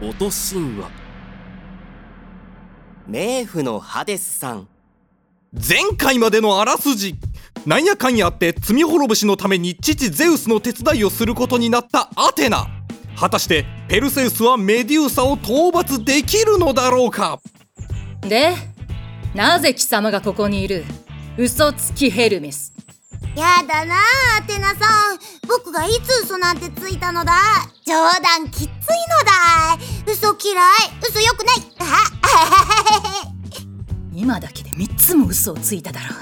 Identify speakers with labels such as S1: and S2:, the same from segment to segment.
S1: 音神話
S2: 冥府のハデスさん
S3: 前回までのあらすじなんやかんやあって罪滅ぼしのために父ゼウスの手伝いをすることになったアテナ果たしてペルセウスはメデューサを討伐できるのだろうか
S4: でなぜ貴様がここにいる嘘つきヘルメス
S5: やだなあアテナさん僕がいつ嘘なんてついたのだ冗談きついのだ嘘嫌い嘘よくない あ
S4: 今だけで3つも嘘をついただろ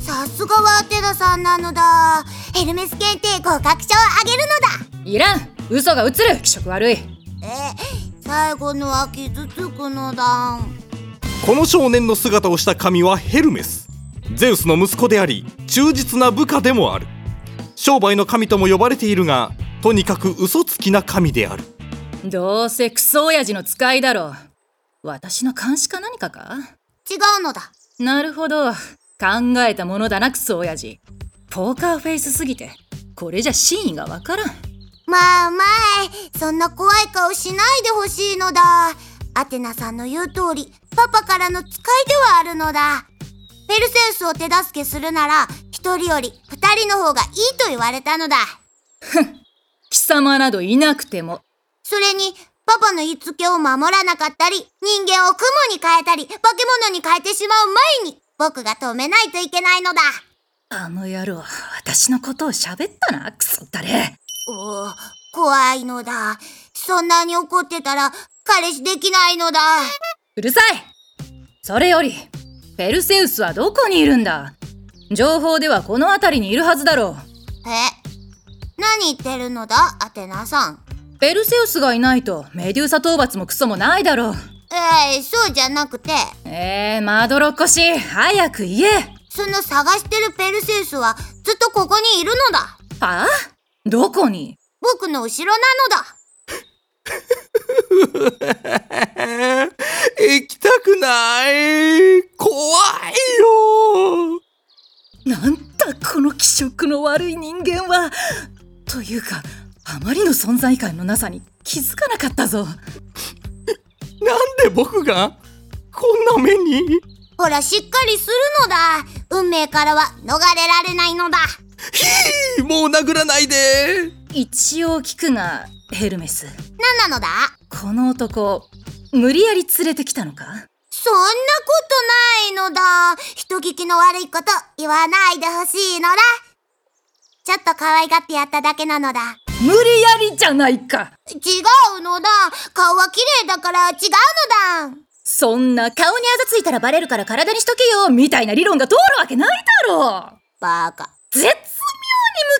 S5: さすがはアテナさんなのだヘルメス検定合格証をあげるのだ
S4: ういらん嘘が映る気色悪い
S5: え最後のは傷つくのだ
S3: この少年の姿をした神はヘルメスゼウスの息子であり忠実な部下でもある商売の神とも呼ばれているがとにかく嘘つきな神である
S4: どうせクソ親父の使いだろ私の監視か何かか
S5: 違うのだ
S4: なるほど考えたものだなクソ親父ポーカーフェイスすぎてこれじゃ真意がわからん
S5: まあまあそんな怖い顔しないでほしいのだアテナさんの言う通りパパからの使いではあるのだペルセウスを手助けするなら一人より二人の方がいいと言われたのだ
S4: 貴様などいなくても
S5: それにパパの言いつけを守らなかったり人間を雲に変えたり化け物に変えてしまう前に僕が止めないといけないのだ
S4: あの野郎私のことを喋ったなクソったれ
S5: おお怖いのだそんなに怒ってたら彼氏できないのだ
S4: うるさいそれよりペルセウスはどこにいるんだ情報ではこの辺りにいるはずだろ
S5: え何言ってるのだアテナさん
S4: うペルセウスがいないとメデューサ討伐もクソもないだろう
S5: ええそうじゃなくて
S4: えー、まどろっこしい早く言え
S5: その探してるペルセウスはずっとここにいるのだ
S4: はあどこに
S5: 僕の後ろなのだ
S3: 行きたくない怖いよ
S4: なんだこの気色の悪い人間はというかあまりの存在感のなさに気づかなかったぞ
S3: なんで僕がこんな目に
S5: ほらしっかりするのだ運命からは逃れられないのだ
S3: ひーもう殴らないで
S4: 一応聞くがヘルメス
S5: 何なのだ
S4: この男無理やり連れてきたのか
S5: そんなことないのだ人聞きの悪いこと言わないでほしいのだちょっと可愛がってやっただけなのだ
S4: 無理やりじゃないか
S5: 違うのだ顔は綺麗だから違うのだ
S4: そんな顔にあざついたらバレるから体にしとけよみたいな理論が通るわけないだろ
S5: バカ
S4: 絶妙にム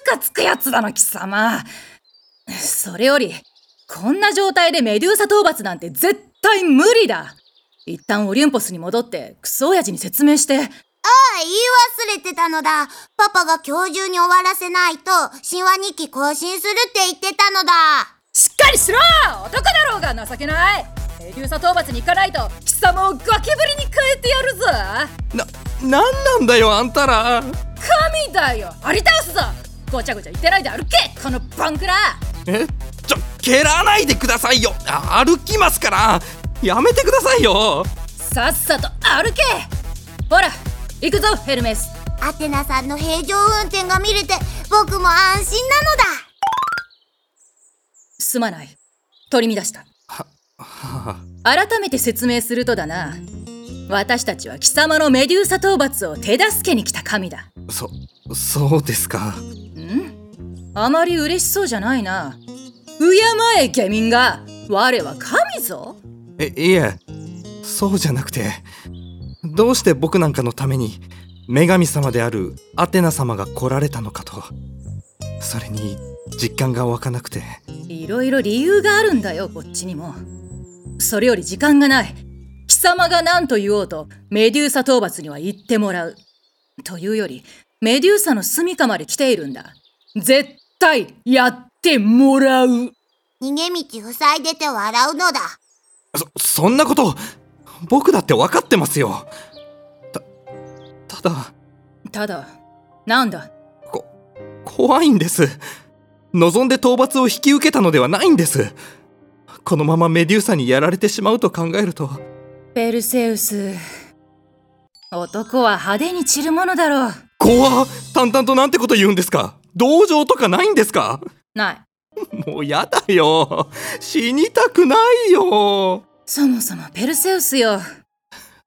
S4: カつくやつだな貴様それよりこんな状態でメデューサ討伐なんて絶対無理だ一旦オリンポスに戻ってクソ親父に説明して
S5: あ言い忘れてたのだパパが今日中に終わらせないと神話日記更新するって言ってたのだ
S4: しっかりしろ男だろうが情けないメデューサ討伐に行かないと貴様を崖ぶりに変えてやるぞ
S3: な、なんなんだよあんたら
S4: 神だよあり倒すぞごちゃごちゃ言ってないで歩けこのバンクラ
S3: えちょ、蹴らないでくださいよあ歩きますからやめてくださいよ
S4: さっさと歩けほら行くぞヘルメス
S5: アテナさんの平常運転が見れて僕も安心なのだ
S4: すまない取り乱した改めて説明するとだな私たちは貴様のメデューサ討伐を手助けに来た神だ
S3: そ、そうですか
S4: あまり嬉しそうじゃないな敬え下民が我は神ぞ
S3: え、いえ、そうじゃなくてどうして僕なんかのために女神様であるアテナ様が来られたのかとそれに実感が湧かなくて
S4: いろいろ理由があるんだよこっちにもそれより時間がない貴様が何と言おうとメデューサ討伐には行ってもらうというよりメデューサの住処まで来ているんだ絶対やってもらう
S5: 逃げ道塞いでて笑うのだ
S3: そそんなこと僕だって分かってますよたただ
S4: ただなんだ
S3: こ怖いんです望んで討伐を引き受けたのではないんですこのままメデューサにやられてしまうと考えると
S4: ペルセウス男は派手に散るものだろう
S3: 怖っ淡々となんてこと言うんですか同情とかないんですか
S4: ない
S3: もうやだよ死にたくないよ
S4: そもそもペルセウスよ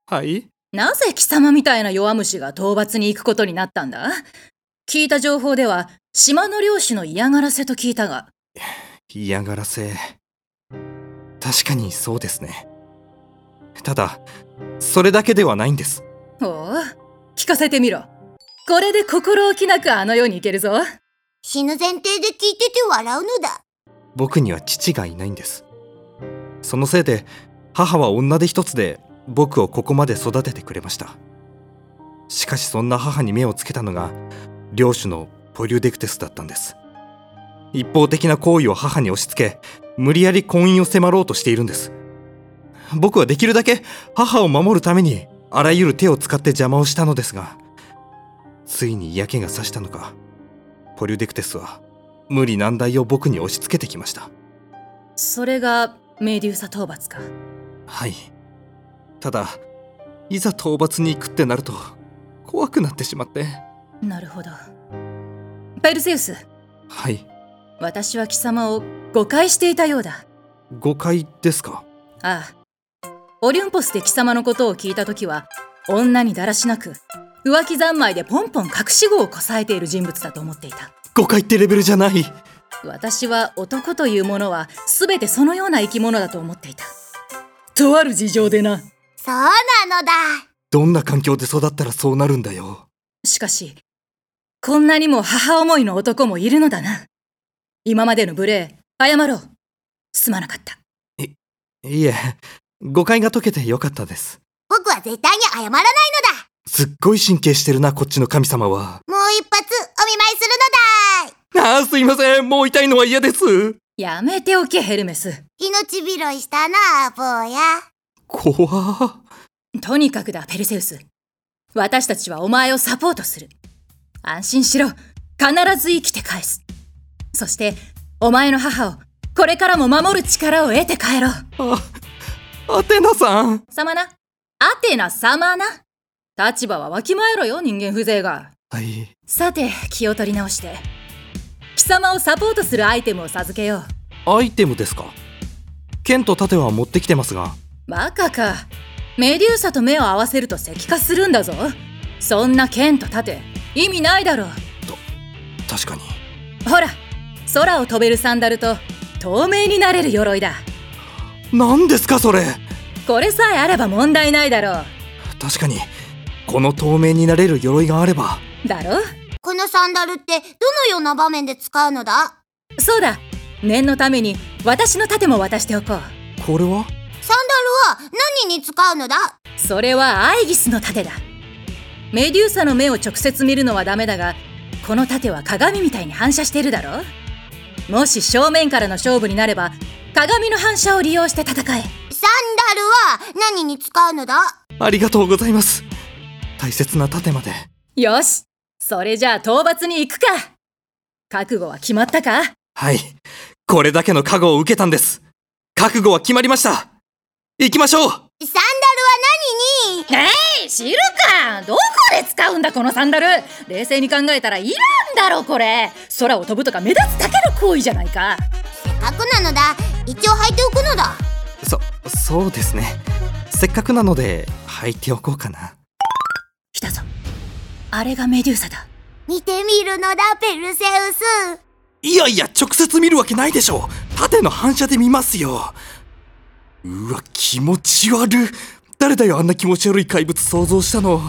S3: はい
S4: なぜ貴様みたいな弱虫が討伐に行くことになったんだ聞いた情報では島の領主の嫌がらせと聞いたが
S3: 嫌がらせ確かにそうですねただそれだけではないんです
S4: おお聞かせてみろこれで心置きなくあの世に行けるぞ
S5: 死ぬ前提で聞いてて笑うのだ。
S3: 僕には父がいないんですそのせいで母は女手一つで僕をここまで育ててくれましたしかしそんな母に目をつけたのが領主のポリュデクテスだったんです一方的な行為を母に押し付け無理やり婚姻を迫ろうとしているんです僕はできるだけ母を守るためにあらゆる手を使って邪魔をしたのですがついに嫌気がさしたのかポリュデクテスは無理難題を僕に押し付けてきました
S4: それがメデューサ討伐か
S3: はいただいざ討伐に行くってなると怖くなってしまって
S4: なるほどペルセウス
S3: はい
S4: 私は貴様を誤解していたようだ
S3: 誤解ですか
S4: ああオリュンポスで貴様のことを聞いた時は女にだらしなく浮気三昧でポンポン隠し子をこさえている人物だと思っていた
S3: 誤解ってレベルじゃない
S4: 私は男というものは全てそのような生き物だと思っていたとある事情でな
S5: そうなのだ。
S3: どんな環境で育ったらそうなるんだよ
S4: しかしこんなにも母思いの男もいるのだな今までの無礼謝ろうすまなかった
S3: いえ誤解が解けてよかったです
S5: 僕は絶対に謝らないのだ。
S3: すっごい神経してるなこっちの神様は
S5: もう一発お見舞いするのだ。
S3: ああすいませんもう痛いのは嫌です
S4: やめておけヘルメス
S5: 命拾いしたな、坊や。
S3: 怖っ
S4: とにかくだペルセウス私たちはお前をサポートする安心しろ必ず生きて返すそしてお前の母をこれからも守る力を得て帰ろう
S3: アテナさん
S4: さまなアテナ様な立場はわきまえろよ人間風情が
S3: はい
S4: さて気を取り直して貴様をサポートするアイテムを授けよう
S3: アイテムですか剣と盾は持ってきてますが
S4: バカかメデューサと目を合わせると石化するんだぞそんな剣と盾意味ないだろう
S3: 確かに
S4: ほら空を飛べるサンダルと透明になれる鎧だ
S3: 何ですかそれ
S4: これさえあれば問題ないだろ
S3: 確かにこの透明になれる鎧があれば
S4: うだろ
S5: このサンダルってどのような場面で使うのだ
S4: そうだ念のために私の盾も渡しておこう
S3: これは
S5: サンダルは何に使うのだ
S4: それはアイギスの盾だメデューサの目を直接見るのはダメだがこの盾は鏡みたいに反射してるだろもし正面からの勝負になれば鏡の反射を利用して戦え
S5: サンダルは何に使うのだ
S3: ありがとうございます大切な盾まで
S4: よしそれじゃあ討伐に行くか覚悟は決まったか
S3: はいこれだけの加護を受けたんです覚悟は決まりました行きましょう
S5: サンダルは何に
S4: えい知るかどこで使うんだこのサンダル冷静に考えたらいらんだろこれ空を飛ぶとか目立つだけの行為じゃないか
S5: せっかくなのだ一応履いておくのだ
S3: そそうですねせっかくなので履いておこうかな
S4: 来たぞあれがメデューサだ
S5: 見てみるのだペルセウス
S3: いやいや直接見るわけないでしょ盾の反射で見ますようわ気持ち悪誰だよあんな気持ち悪い怪物想像したの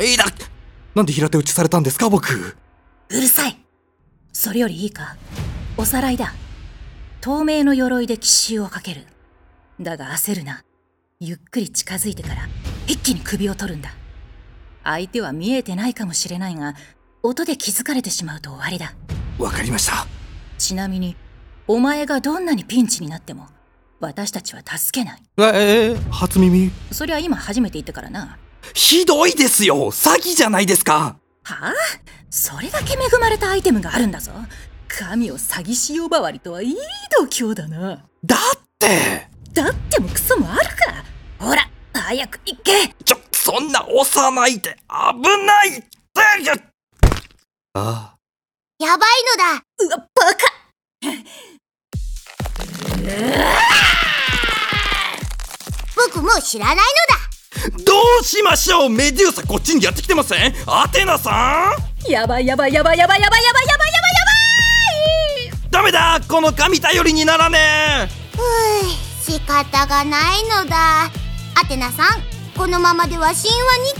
S3: いだなんで平手打ちされたんですか僕
S4: うるさいそれよりいいかおさらいだ透明の鎧で奇襲をかけるだが焦るなゆっくり近づいてから一気に首を取るんだ相手は見えてないかもしれないが音で気づかれてしまうと終わりだ
S3: わかりました
S4: ちなみにお前がどんなにピンチになっても私たちは助けない
S3: ええ初耳
S4: そりゃ今初めて言ったからな
S3: ひどいですよ詐欺じゃないですか
S4: はあそれだけ恵まれたアイテムがあるんだぞ神を詐欺師呼ばわりとはいい度胸だな
S3: だっって
S4: だってもクソもあるかほら早く行け
S3: ちょそんな押さないで危ないってああ
S5: やばいのだ
S4: うわバカ
S5: 僕もう知らないのだ
S3: どうしましょうメデューサこっちにやってきてませんアテナさん
S4: やばいやばいやばいやばいやばいやばいやばいやばい
S3: ダメだこの神頼りにならねえ
S5: ふぅ仕方がないのだアテナさんこのままでは神話日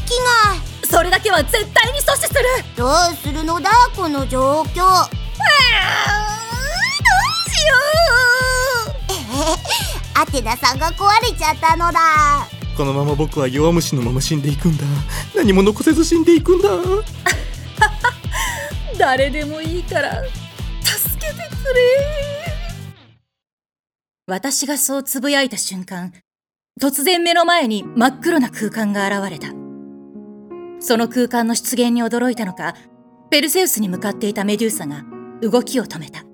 S5: 記が
S4: それだけは絶対に阻止する
S5: どうするのだこの状況
S4: どうしよ
S5: えへへアテナさんが壊れちゃったのだ
S3: このまま僕は弱虫のまま死んでいくんだ何も残せず死んでいくんだ
S4: う誰でもいいから助けてくれ私がそうつぶやいた瞬間突然目の前に真っ黒な空間が現れたその空間の出現に驚いたのかペルセウスに向かっていたメデューサが動きを止めた
S5: な、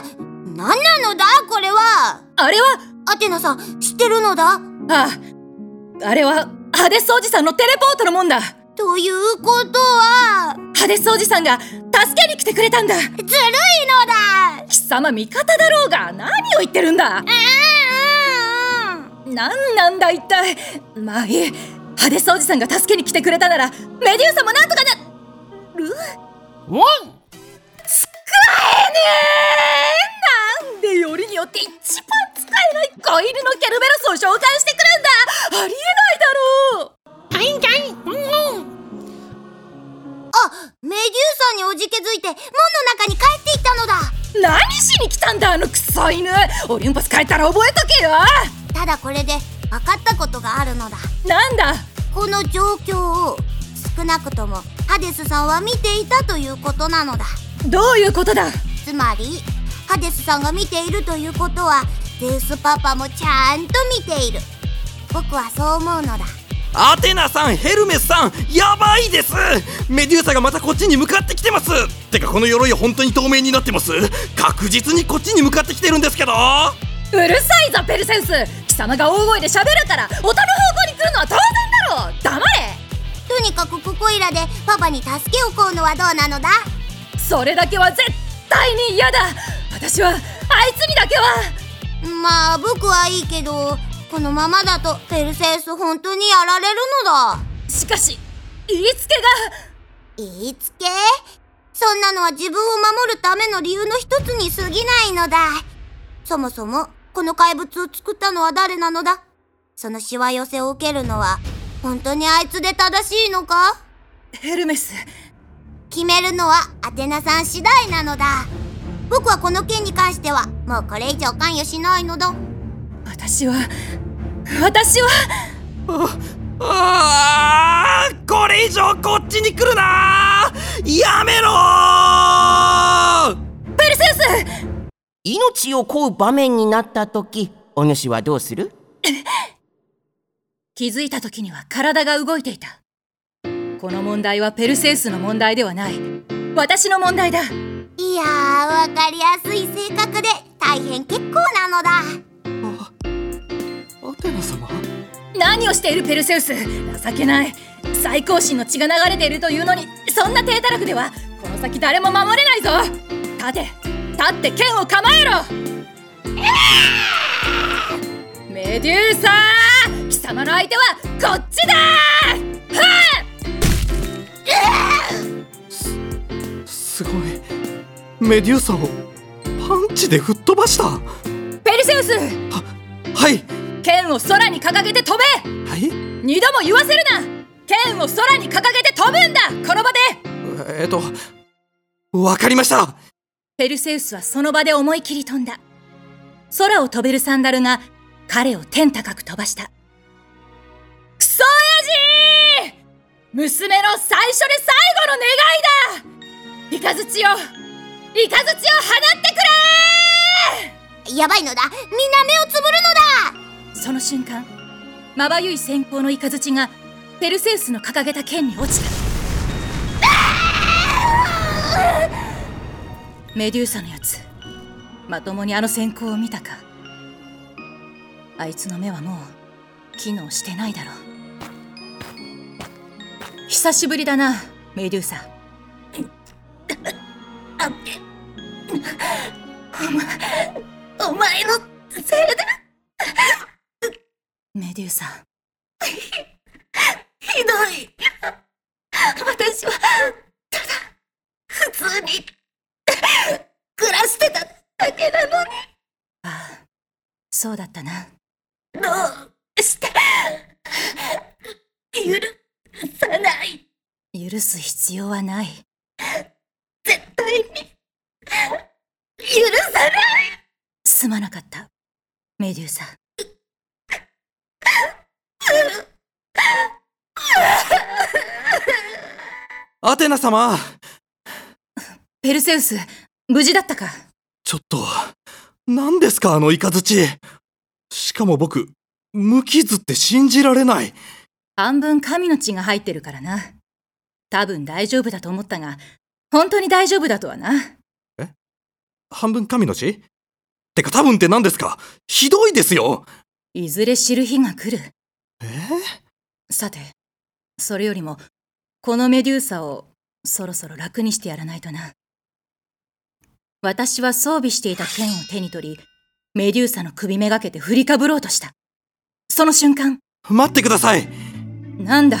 S5: なんなのだこれは
S4: あれは
S5: アテナさん知ってるのだ
S4: ああ、あれは、ハデスおじさんのテレポートのもんだハ
S5: ということは
S4: デスおじさんが助けに来てくれたんだ
S5: ずるいのだ
S4: 貴様味方だろうが何を言ってるんだ何なんだ一体まあいい。ハデスおじさんが助けに来てくれたなら、メデューサもなんとかなる
S1: ワン
S4: なんでよりによって一番使えない子犬のケルベロスを召喚してくるんだありえないだろう
S1: タインタインワン
S5: あ、メデューサにおじけづいて門の中に帰っていったのだ
S4: 何しに来たんだあのクソ犬オリンパス帰ったら覚えとけよ
S5: ただこれで分かったことがあるのだ
S4: なんだ
S5: この状況を少なくともハデスさんは見ていたということなのだ
S4: どういうことだ
S5: つまりハデスさんが見ているということはゼウスパパもちゃんと見ている僕はそう思うのだ
S3: アテナさんヘルメスさんやばいですメデューサがまたこっちに向かってきてますてかこの鎧本当に透明になってます確実にこっちに向かってきてるんですけど
S4: うるさいぞペルセウス貴様が大声で喋るから音の方向に来るのは当然だろ黙れ
S5: とにかくここいらでパパに助けを請うのはどうなのだ
S4: それだけは絶対に嫌だ私はあいつにだけは
S5: まあ僕はいいけどこのままだとペルセウス本当にやられるのだ
S4: しかし言いつけ
S5: 言いつけそんなのは自分を守るための理由の一つに過ぎないのだそもそもこの怪物を作ったのは誰なのだそのしわ寄せを受けるのは本当にあいつで正しいのか
S4: がヘルメス
S5: 決めるのはアテナさん次第なのだ僕はこの件に関してはもうこれ以上関与しないのだ
S4: 私は私は
S3: あーこれ以上こっちに来るなやめろ
S4: ペルセウス
S2: 命を乞う場面になった時お主はどうする
S4: 気づいた時には体が動いていたこの問題はペルセウスの問題ではない私の問題だ
S5: いやーわかりやすい性格で大変結構なのだ
S3: アテナ様
S4: 何をしているペルセウス情けない最高神の血が流れているというのにそんな低たらくではこの先誰も守れないぞ立て立って剣を構えろメデューサー貴様の相手はこっちだ
S3: すごいメデューサをパンチで吹っ飛ばしたは
S4: ペルセウス
S3: はい
S4: 剣を空に掲げて飛べ
S3: はい
S4: 二度も言わせるな剣を空に掲げて飛ぶんだこの場で
S3: えっとわかりました
S4: ペルセウスはその場で思い切り飛んだ。空を飛べるサンダルが彼を天高く飛ばした。クソ親父娘の最初で最後の願いだイカズチをイカズチを放ってく
S5: やばいのだみんな目をつぶるのだ
S4: れその瞬間、まばゆい閃光のイカズチがペルセウスの掲げた剣に落ちた。メデューサのやつ、まともにあの閃光を見たか。あいつの目はもう機能してないだろう久しぶりだなメデューサ
S5: お前のせいで
S4: メデューサ
S5: ひどい。私は、ただ、普通に、暮らしてただけなのに、
S4: そうだったな
S5: どうして、許さない。
S4: 許す必要はない
S5: 絶対に、許さない。
S4: すまなかったメデューサ
S3: アテナ様
S4: ペルセウス無事だったか
S3: ちょっと何ですかあのイカズチしかも僕無傷って信じられない
S4: 半分神の血が入ってるからな多分大丈夫だと思ったが本当に大丈夫だとはな
S3: 半分神の血てか多分って何ですかひどいですよ
S4: いずれ知る日が来る
S3: え
S4: さてそれよりもこのメデューサをそろそろ楽にしてやらないとな私は装備していた剣を手に取りメデューサの首めがけて振りかぶろうとしたその瞬間
S3: 待ってください
S4: なんだ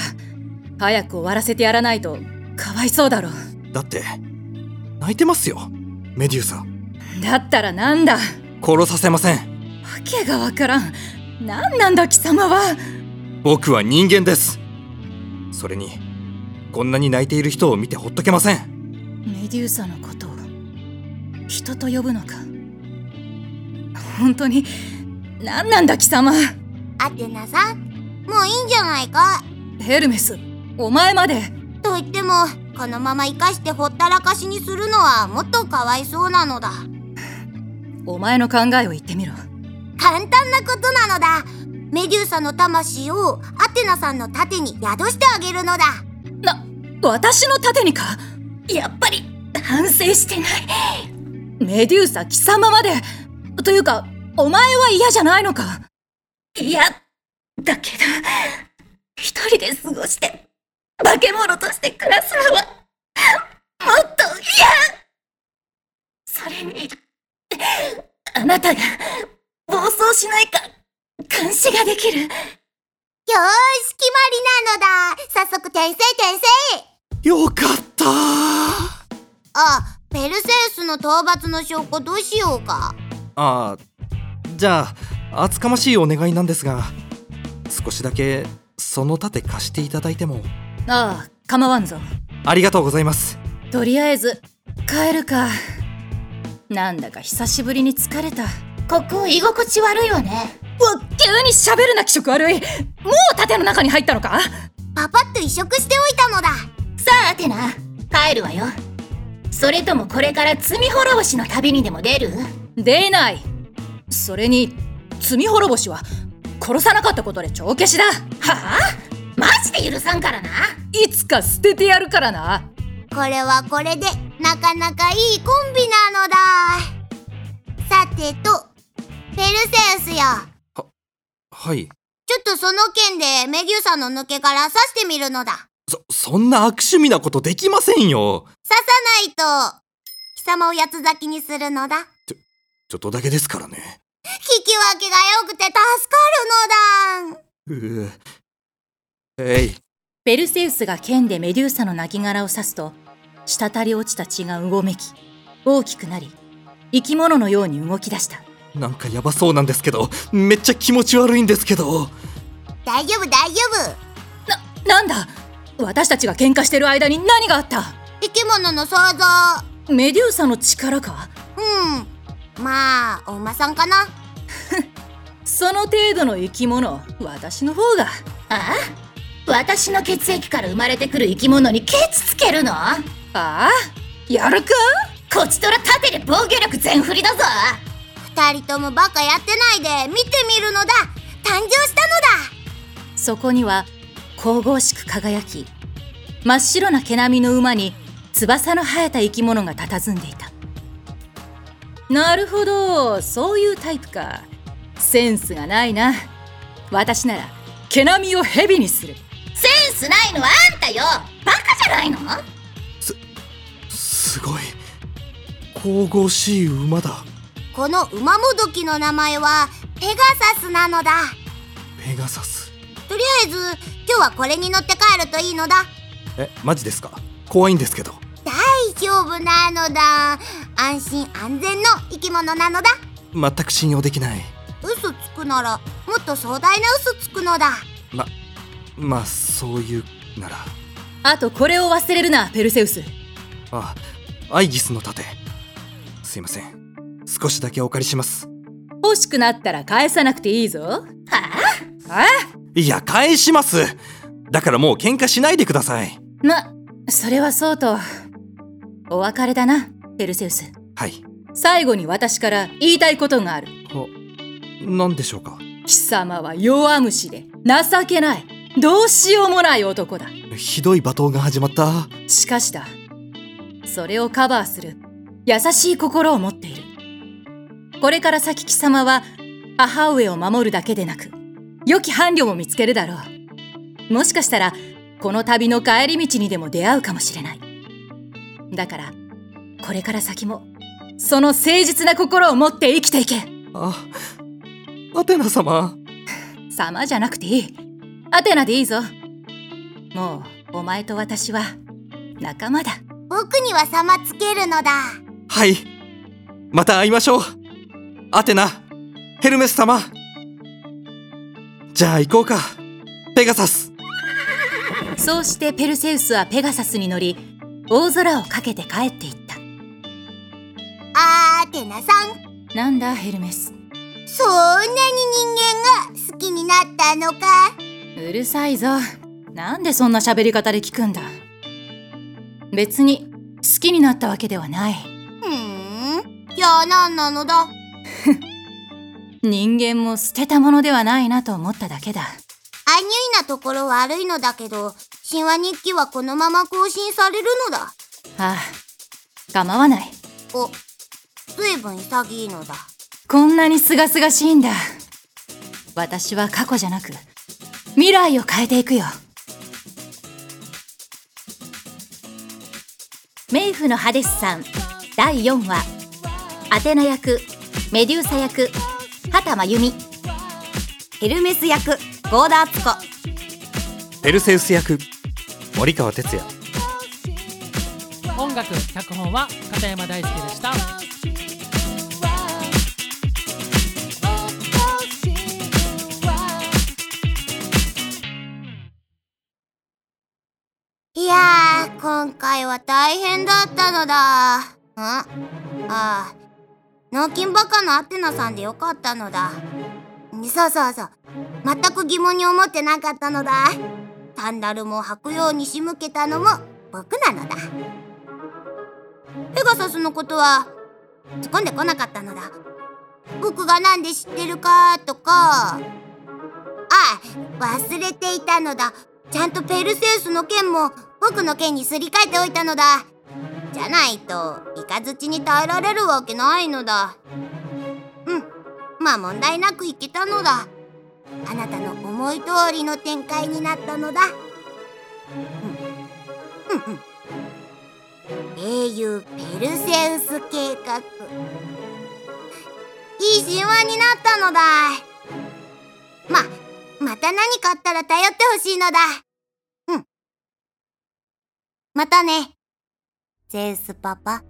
S4: 早く終わらせてやらないとかわいそうだろう
S3: だって泣いてますよメデューサ
S4: だったらなんだわ
S3: 殺させません
S4: けがわからん何なんだ貴様は
S3: 僕は人間ですそれにこんなに泣いている人を見てほっとけません
S4: メデューサのことを人と呼ぶのか本当に何なんだ貴様
S5: アテナさん、もういいんじゃないか。
S4: ヘルメスお前まで
S5: と言っても、このまま生かしてほったらかしにするのはもっとかわいそうなのだ。
S4: お前の考えを言ってみろ
S5: 簡単なことなのだメデューサの魂をアテナさんの盾に宿してあげるのだ
S4: な私の盾にか
S5: やっぱり
S4: 反省してないメデューサ貴様までというかお前は嫌じゃないのか
S5: いやだけど一人で過ごして化け物として暮らすのはもっと嫌それにあなたが暴走しないか監視ができるよーし決まりなのだ早速転生転生
S3: よかったあ
S5: あ、ペルセウスの討伐の証拠どうしようか。
S3: あじゃあ厚かましいお願いなんですが少しだけその盾貸していただいても
S4: ああ構わんぞ
S3: ありがとうございます
S4: とりあえず帰るかなんだか久しぶりに疲れたわ
S5: ここ居心地悪いわね。
S4: 急に喋るな気色悪いもう盾の中に入ったのか
S5: パパッと移植しておいたのだ。
S6: さあアテナ帰るわよそれともこれから罪滅ぼしの旅にでも出る
S4: 出ないそれに罪滅ぼしは殺さなかったことで帳消しだはあ
S6: マジで許さんからない
S4: つか捨ててやるからな
S5: これはこれでなかなかいいコンビなのだ。さてと、ペルセウスよ。
S3: はい
S5: ちょっとその剣でメデューサの抜け殻刺してみるのだ。
S3: そそんな悪趣味なことできませんよ
S5: 刺さないと、貴様を八つ咲きにするのだ。
S3: ちょっとだけですからね
S5: 聞き分けが良くて助かるの
S3: う
S5: だ。
S3: ーえい
S4: ペルセウスが剣でメデューサの亡骸を刺すと滴り落ちた血がうごめき大きくなり生き物のように動き出した
S3: なんかやばそうなんですけどめっちゃ気持ち悪いんですけど
S5: 大丈夫大丈夫。
S4: ななんだ私たちが喧嘩してる間に何があった
S5: 生き物の想像。
S4: メデューサの力か
S5: うん。まあ、お馬さんかな。
S4: その程度の生き物私の方が
S6: ああ私の血液から生まれてくる生き物にケチつけるの
S4: ああやるか
S6: こちとら盾で防御力全振りだぞ
S5: 二人ともバカやってないで見てみるのだ。誕生した
S4: そこには神々しく輝き真っ白な毛並みの馬に翼の生えた生き物が佇んでいたなるほどそういうタイプかセンスがないな私なら毛並みを蛇にする
S6: センスないのはあんたよバカじゃないの
S3: すごい神々しい馬だ
S5: この馬もどきの名前はペガサスなのだ
S3: ペガサス
S5: とりあえず今日はこれに乗って帰るといいのだ
S3: えマジですか怖いんですけど
S5: 大丈夫なのだ安心安全の生き物なのだ
S3: 全く信用できない
S5: 嘘つくならもっと壮大な嘘つくのだ
S3: ままあそういうなら
S4: あとこれを忘れるなペルセウス
S3: あアイギスの盾すいません少しだけお借りします
S4: 欲しくなったら返さなくていいぞ
S6: はい
S3: や返しますだからもう喧嘩しないでください
S4: あまそれはそうとお別れだなペルセウス
S3: はい
S4: 最後に私から言いたいことがある
S3: 何でしょうか
S4: 貴様は弱虫で情けないどうしようもない男だ
S3: ひどい罵倒が始まった
S4: しかしだそれをカバーする優しい心を持っているこれから先貴様は母上を守るだけでなく良き伴侶も見つけるだろうもしかしたらこの旅の帰り道にでも出会うかもしれないだからこれから先もその誠実な心を持って生きていけ
S3: あアテナ様
S4: 様じゃなくていいアテナでいいぞもうお前と私は仲間だ
S5: 僕には様つけるのだ
S3: はいまた会いましょうアテナヘルメス様じゃあ行こうかペガサス
S4: そうしてペルセウスはペガサスに乗り大空をかけて帰っていった
S5: アーテナさん
S4: なんだヘルメス
S5: そんなに人間が好きになったのか
S4: うるさいぞなんでそんな喋り方で聞くんだ別に好きになったわけではない
S5: ふーんじゃあ何なのだ
S4: 人間も捨てたものではないなと思っただけだ
S5: アニュイなところ悪いのだけど神話日記はこのまま更新されるのだ
S4: ああ構わない
S5: お随分潔いのだ
S4: こんなに清々しいんだ私は過去じゃなく未来を変えていくよ
S6: 冥府のハデスさん第4話アテナ役メデューサ役畑真由美ヘルメス役ゴーダーツコ
S3: ペルセウス役森川哲也
S7: 音楽脚本は片山大輔でした
S5: いやー今回は大変だったのだんああ脳筋バカのアテナさんでよかったのだそうそうそう全く疑問に思ってなかったのだサンダルも履くように仕向けたのも僕なのだペガサスのことは突っ込んでこなかったのだ僕がなんで知ってるかとかあ忘れていたのだちゃんとペルセウスの剣も僕の剣にすり替えておいたのだじゃないとイカズチに耐えられるわけないのだうんまあ問題なくいけたのだあなたの思い通りの展開になったのだうんうんうん英雄ペルセウス計画いい神話になったのだまあまた何かあったら頼ってほしいのだ。うん。またね。ゼウスパパ。